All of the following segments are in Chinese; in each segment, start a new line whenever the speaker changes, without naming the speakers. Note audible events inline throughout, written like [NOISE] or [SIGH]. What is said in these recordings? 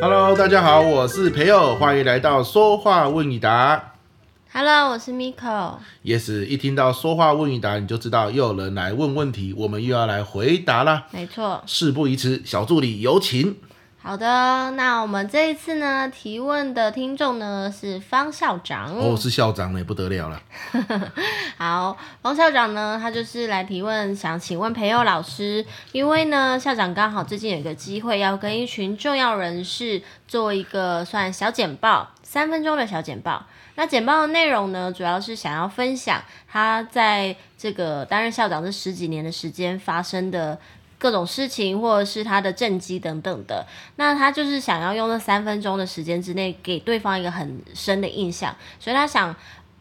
Hello，大家好，我是培友，欢迎来到说话问你答。
Hello，我是 Miko。
Yes，一听到说话问你答，你就知道又有人来问问题，我们又要来回答啦。
没错，
事不宜迟，小助理有请。
好的，那我们这一次呢，提问的听众呢是方校长。
哦，是校长呢，不得了了。
[LAUGHS] 好，方校长呢，他就是来提问，想请问培佑老师，因为呢，校长刚好最近有一个机会要跟一群重要人士做一个算小简报，三分钟的小简报。那简报的内容呢，主要是想要分享他在这个担任校长这十几年的时间发生的各种事情，或者是他的政绩等等的。那他就是想要用那三分钟的时间之内，给对方一个很深的印象，所以他想。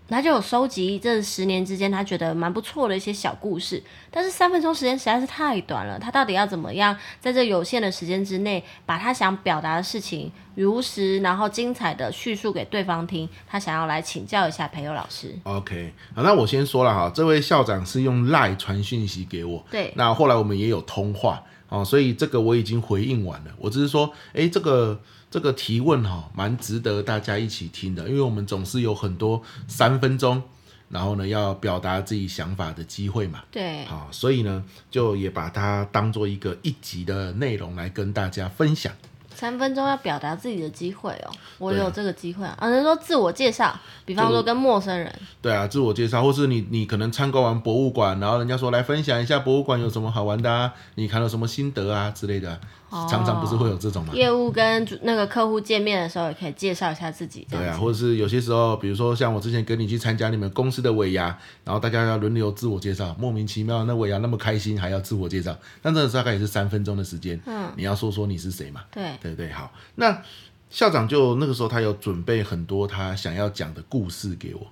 他就有收集这十年之间他觉得蛮不错的一些小故事，但是三分钟时间实在是太短了，他到底要怎么样在这有限的时间之内，把他想表达的事情如实然后精彩的叙述给对方听？他想要来请教一下培友老师。
OK，好，那我先说了哈，这位校长是用 Line 传讯息给我，
对，
那后来我们也有通话哦，所以这个我已经回应完了。我只是说，诶，这个这个提问哈、蛮值得大家一起听的，因为我们总是有很多三分钟，然后呢要表达自己想法的机会嘛。
对，
好、所以呢，就也把它当做一个一集的内容来跟大家分享。
三分钟要表达自己的机会哦，我有这个机会啊。啊，能说自我介绍，比方说跟陌生人，
对啊，自我介绍，或是你你可能参观完博物馆，然后人家说来分享一下博物馆有什么好玩的啊，你看到什么心得啊之类的啊、
哦
常常不是会有这种嘛？
业务跟主那个客户见面的时候，也可以介绍一下自己，这
对
样
啊，
子。
或者是有些时候，比如说像我之前跟你去参加你们公司的尾牙，然后大家要轮流自我介绍，莫名其妙那尾牙那么开心还要自我介绍，但这大概也是三分钟的时间，
嗯，
你要说说你是谁嘛？
对，啊
对对，好，那校长就那个时候他有准备很多他想要讲的故事给我，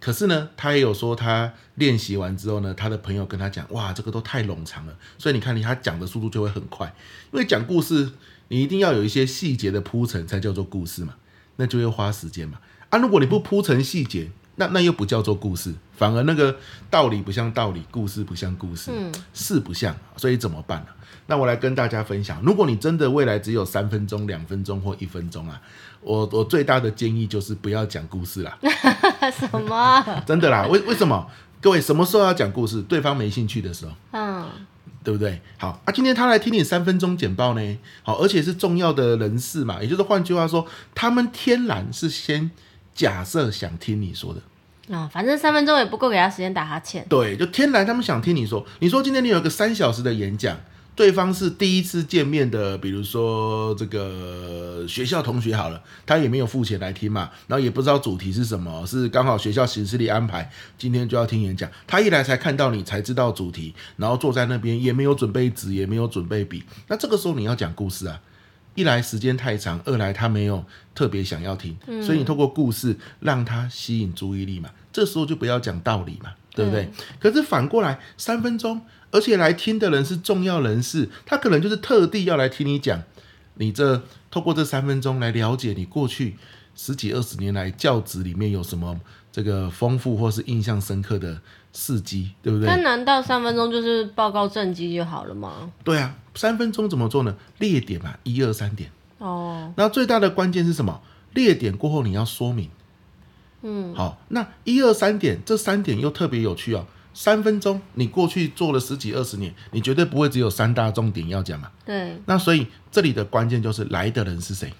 可是呢，他也有说他练习完之后呢，他的朋友跟他讲，哇，这个都太冗长了，所以你看你他讲的速度就会很快，因为讲故事你一定要有一些细节的铺陈才叫做故事嘛，那就要花时间嘛，啊，如果你不铺陈细节。那那又不叫做故事，反而那个道理不像道理，故事不像故事，
嗯
事不像，所以怎么办呢、啊那我来跟大家分享，如果你真的未来只有三分钟、两分钟或一分钟啊，我我最大的建议就是不要讲故事啦，
[LAUGHS] 什么？
真的啦。为为什么？各位什么时候要讲故事？对方没兴趣的时候，
嗯。
对不对？好啊，今天他来听你三分钟简报呢，好，而且是重要的人士嘛，也就是换句话说，他们天然是先假设想听你说的。
啊、反正三分钟也不够给他时间打哈欠。
对，就天然他们想听你说，你说今天你有一个三小时的演讲，对方是第一次见面的，比如说这个学校同学好了，他也没有付钱来听嘛，然后也不知道主题是什么，是刚好学校行事历安排，今天就要听演讲，他一来才看到你才知道主题，然后坐在那边也没有准备纸，也没有准备笔，那这个时候你要讲故事啊。一来时间太长，二来他没有特别想要听，所以你透过故事让他吸引注意力嘛，这时候就不要讲道理嘛，对不对？可是反过来三分钟，而且来听的人是重要人士，他可能就是特地要来听你讲，你这透过这三分钟来了解你过去十几二十年来教职里面有什么这个丰富或是印象深刻的事迹，对不对？
但难道三分钟就是报告政绩就好了吗？
对啊，三分钟怎么做呢？列点嘛，一二三点。
哦，
那最大的关键是什么？列点过后你要说明。
嗯，
好，那一二三点，这三点又特别有趣哦。三分钟，你过去做了十几二十年，你绝对不会只有三大重点要讲嘛。
对，
那所以这里的关键就是来的人是谁。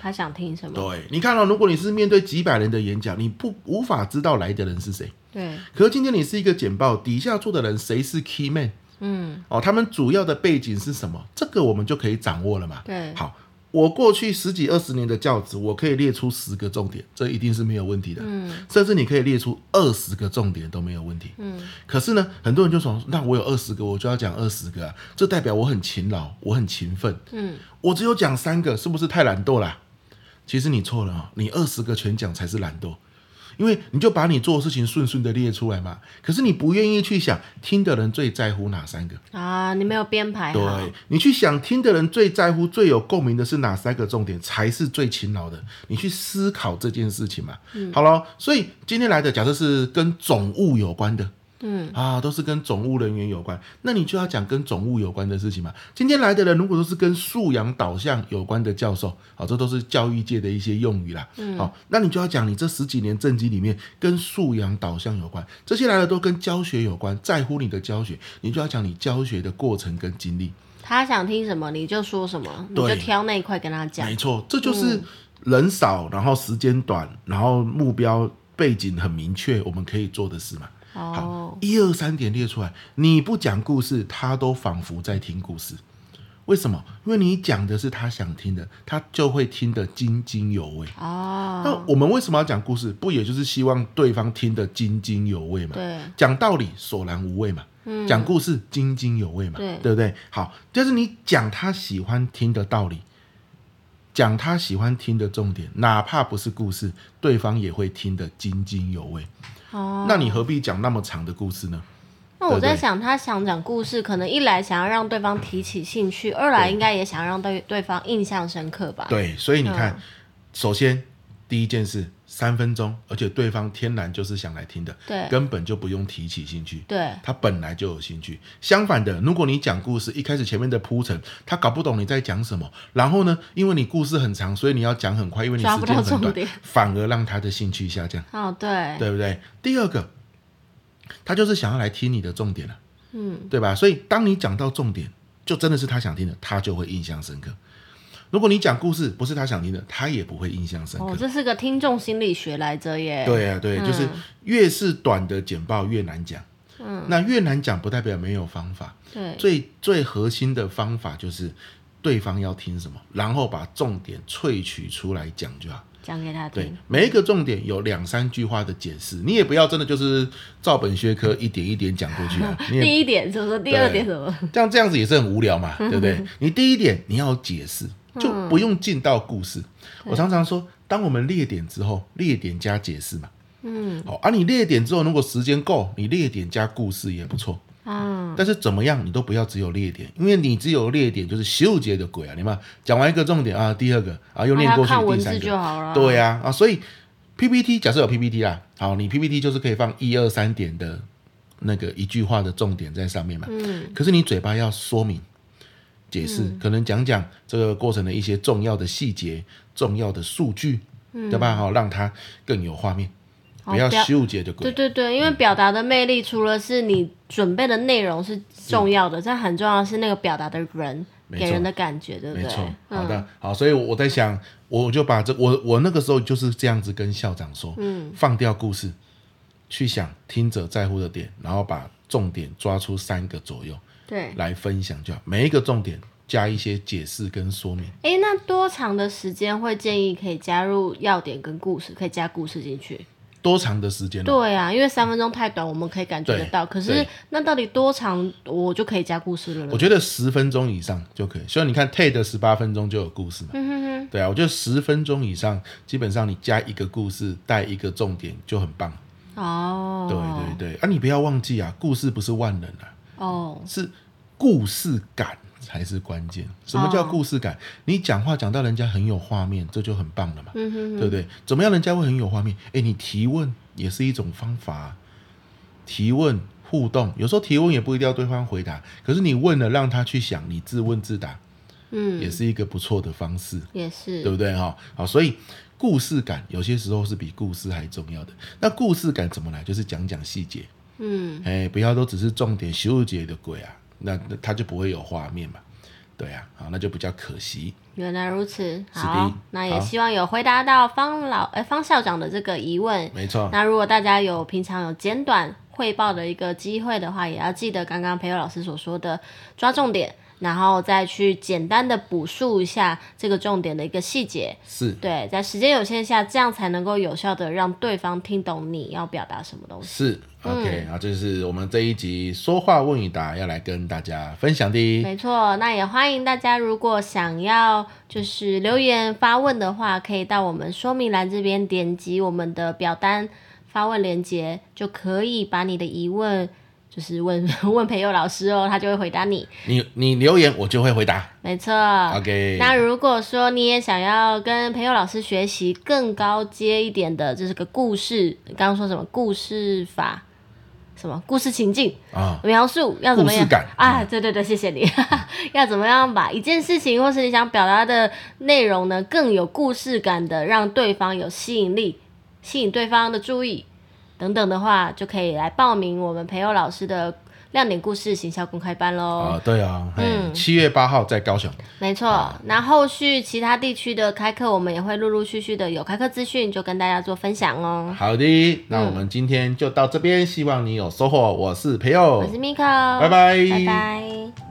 他想听什么？
对，你看哦，如果你是面对几百人的演讲，你不无法知道来的人是谁。
对，
可是今天你是一个简报，底下坐的人谁是 key man
嗯，
哦，他们主要的背景是什么？这个我们就可以掌握了嘛。
对，
好，我过去十几二十年的教职，我可以列出十个重点，这一定是没有问题的。
嗯
甚至你可以列出二十个重点都没有问题。
嗯，
可是呢，很多人就说，那我有二十个，我就要讲二十个啊，这代表我很勤劳，我很勤奋。
嗯，
我只有讲三个，是不是太懒惰啦、其实你错了啊、哦，你二十个全讲才是懒惰。因为你就把你做的事情顺顺的列出来嘛。可是你不愿意去想听的人最在乎哪三个，
啊，你没有编排好，
对你去想听的人最在乎、最有共鸣的是哪三个重点，才是最勤劳的。你去思考这件事情嘛。
嗯
好了，所以今天来的假设是跟总务有关的。
嗯
啊，都是跟总务人员有关，那你就要讲跟总务有关的事情嘛。今天来的人如果都是跟素养导向有关的教授，好、这都是教育界的一些用语啦。好、
嗯
那你就要讲你这十几年政绩里面跟素养导向有关，这些来的都跟教学有关，在乎你的教学，你就要讲你教学的过程跟经历。
他想听什么你就说什么，你
对
就挑那一块跟他讲
没。错，这就是人少，然后时间短，然后目标背景很明确，我们可以做的事嘛。好
哦，，
一二三点列出来，你不讲故事，他都仿佛在听故事。为什么？因为你讲的是他想听的，他就会听得津津有味。那
哦，
我们为什么要讲故事？不也就是希望对方听得津津有味嘛？
对，
讲道理索然无味嘛，
嗯
讲故事津津有味嘛，
对
不对？好，就是你讲他喜欢听的道理，讲他喜欢听的重点，哪怕不是故事，对方也会听得津津有味。
哦，
那你何必讲那么长的故事呢？
那我
对
在
对
想，他想讲故事，可能一来想要让对方提起兴趣，二来应该也想让对对方印象深刻吧？
对，所以你看，
嗯
首先第一件事，三分钟，而且对方天然就是想来听的，
对
根本就不用提起兴趣。
对
他本来就有兴趣。相反的，如果你讲故事，一开始前面的铺陈，他搞不懂你在讲什么，然后呢，因为你故事很长，所以你要讲很快，因为你
抓
时
不
间
到
很
重
短
点，
反而让他的兴趣下降，
哦，对，
对不对？第二个，他就是想要来听你的重点了、
嗯，
对吧？所以当你讲到重点，就真的是他想听的，他就会印象深刻。如果你讲故事不是他想听的，他也不会印象深刻。
哦，嗯这是个听众心理学来着耶。，
对啊，对，就是越是短的简报越难讲。
嗯，
那越难讲不代表没有方法，
对，
最最核心的方法就是对方要听什么，然后把重点萃取出来讲就好。
讲给他
对
听。，
每一个重点有两三句话的解释，你也不要真的就是照本宣科一点一点讲过去啊，你也
第一点是不是？第二点什么？
这样这样子也是很无聊嘛，对不对？你第一点你要解释，就不用进到故事。我常常说，当我们列点之后，列点加解释嘛。
嗯
好、啊，你列点之后，如果时间够，你列点加故事也不错。
啊，
但是怎么样，你都不要只有列点，因为你只有列点就是修结的鬼啊！你们讲完一个重点啊，第二个啊又
那
念
要
过去
看文
第三
字就
个，
好了。
对呀啊所以 PPT 假设有 PPT 啦，好，你 PPT 就是可以放一二三点的那个一句话的重点在上面嘛。
嗯，
可是你嘴巴要说明、解释，可能讲讲这个过程的一些重要的细节、重要的数据，对吧？好、让它更有画面，嗯哦
好
不要
不要
修结的鬼
对。对对，因为表达的魅力，除了是你准备的内容是重要的，但很重要的是那个表达的人
没错
给人的感觉，对不
没
嗯对
错？，好的，好，所以我在想，我我就把这我我那个时候就是这样子跟校长说，嗯，放掉故事，去想听者在乎的点，然后把重点抓出三个左右
对。
来分享就好，每一个重点加一些解释跟说明。
哎，那多长的时间会建议可以加入要点跟故事，可以加故事进去？
多长的时间哦呢？
对啊，因为三分钟太短，我们可以感觉得到。
对
可是
对
那到底多长，我就可以加故事了呢？
我觉得十分钟以上就可以，所以你看 TED 十八分钟就有故事嘛。
嗯
对啊，我觉得十分钟以上，基本上你加一个故事，带一个重点就很棒。
哼哼，哦，
对对对，啊，你不要忘记啊，故事不是万能啊，
哦，
是故事感才是关键。什么叫故事
哦
感？你讲话讲到人家很有画面，这就很棒了嘛，
嗯哼
对不对？怎么样人家会很有画面？诶，你提问也是一种方法啊、提问互动，有时候提问也不一定要对方回答，可是你问了让他去想，你自问自答
嗯，
也是一个不错的方式。
也是，
对不对哈？好，所以故事感有些时候是比故事还重要的。那故事感怎么来？就是讲讲细节，
嗯，
哎，不要都只是重点修结的鬼啊，那那他就不会有画面嘛。对啊，好，那就比较可惜。
原来如此。
是
好
的，
那也
好
希望有回答到方老哎方校长的这个疑问。
没错，
那如果大家有平常有简短汇报的一个机会的话，也要记得刚刚培友老师所说的抓重点，然后再去简单的补述一下这个重点的一个细节。
是
对，在时间有限下，这样才能够有效的让对方听懂你要表达什么东西。
是，OK，啊，
嗯
这是我们这一集说话问与答要来跟大家分享的。
没错，那也欢迎大家，如果想要就是留言发问的话，可以到我们说明栏这边点击我们的表单发问链接，就可以把你的疑问就是问问培佑老师哦，他就会回答你。
你你留言我就会回答。
[LAUGHS] 没错。
OK，
那如果说你也想要跟培佑老师学习更高阶一点的，就是个故事，刚刚说什么故事法，什么故事情境，
啊、
描述要怎么样
故事感
啊？对对对，谢谢你。 [LAUGHS] 要怎么样把一件事情或是你想表达的内容呢，更有故事感的，让对方有吸引力，吸引对方的注意等等的话，就可以来报名我们培友老师的亮点故事行销公开班喽。
啊，对啊，
嗯
嗯，七月八号在高雄。
没错，那后续其他地区的开课，我们也会陆陆续续的有开课资讯，就跟大家做分享哦。
好的，那我们今天就到这边，希望你有收获。我是培
我
佑
是，Miko，
拜拜
拜拜。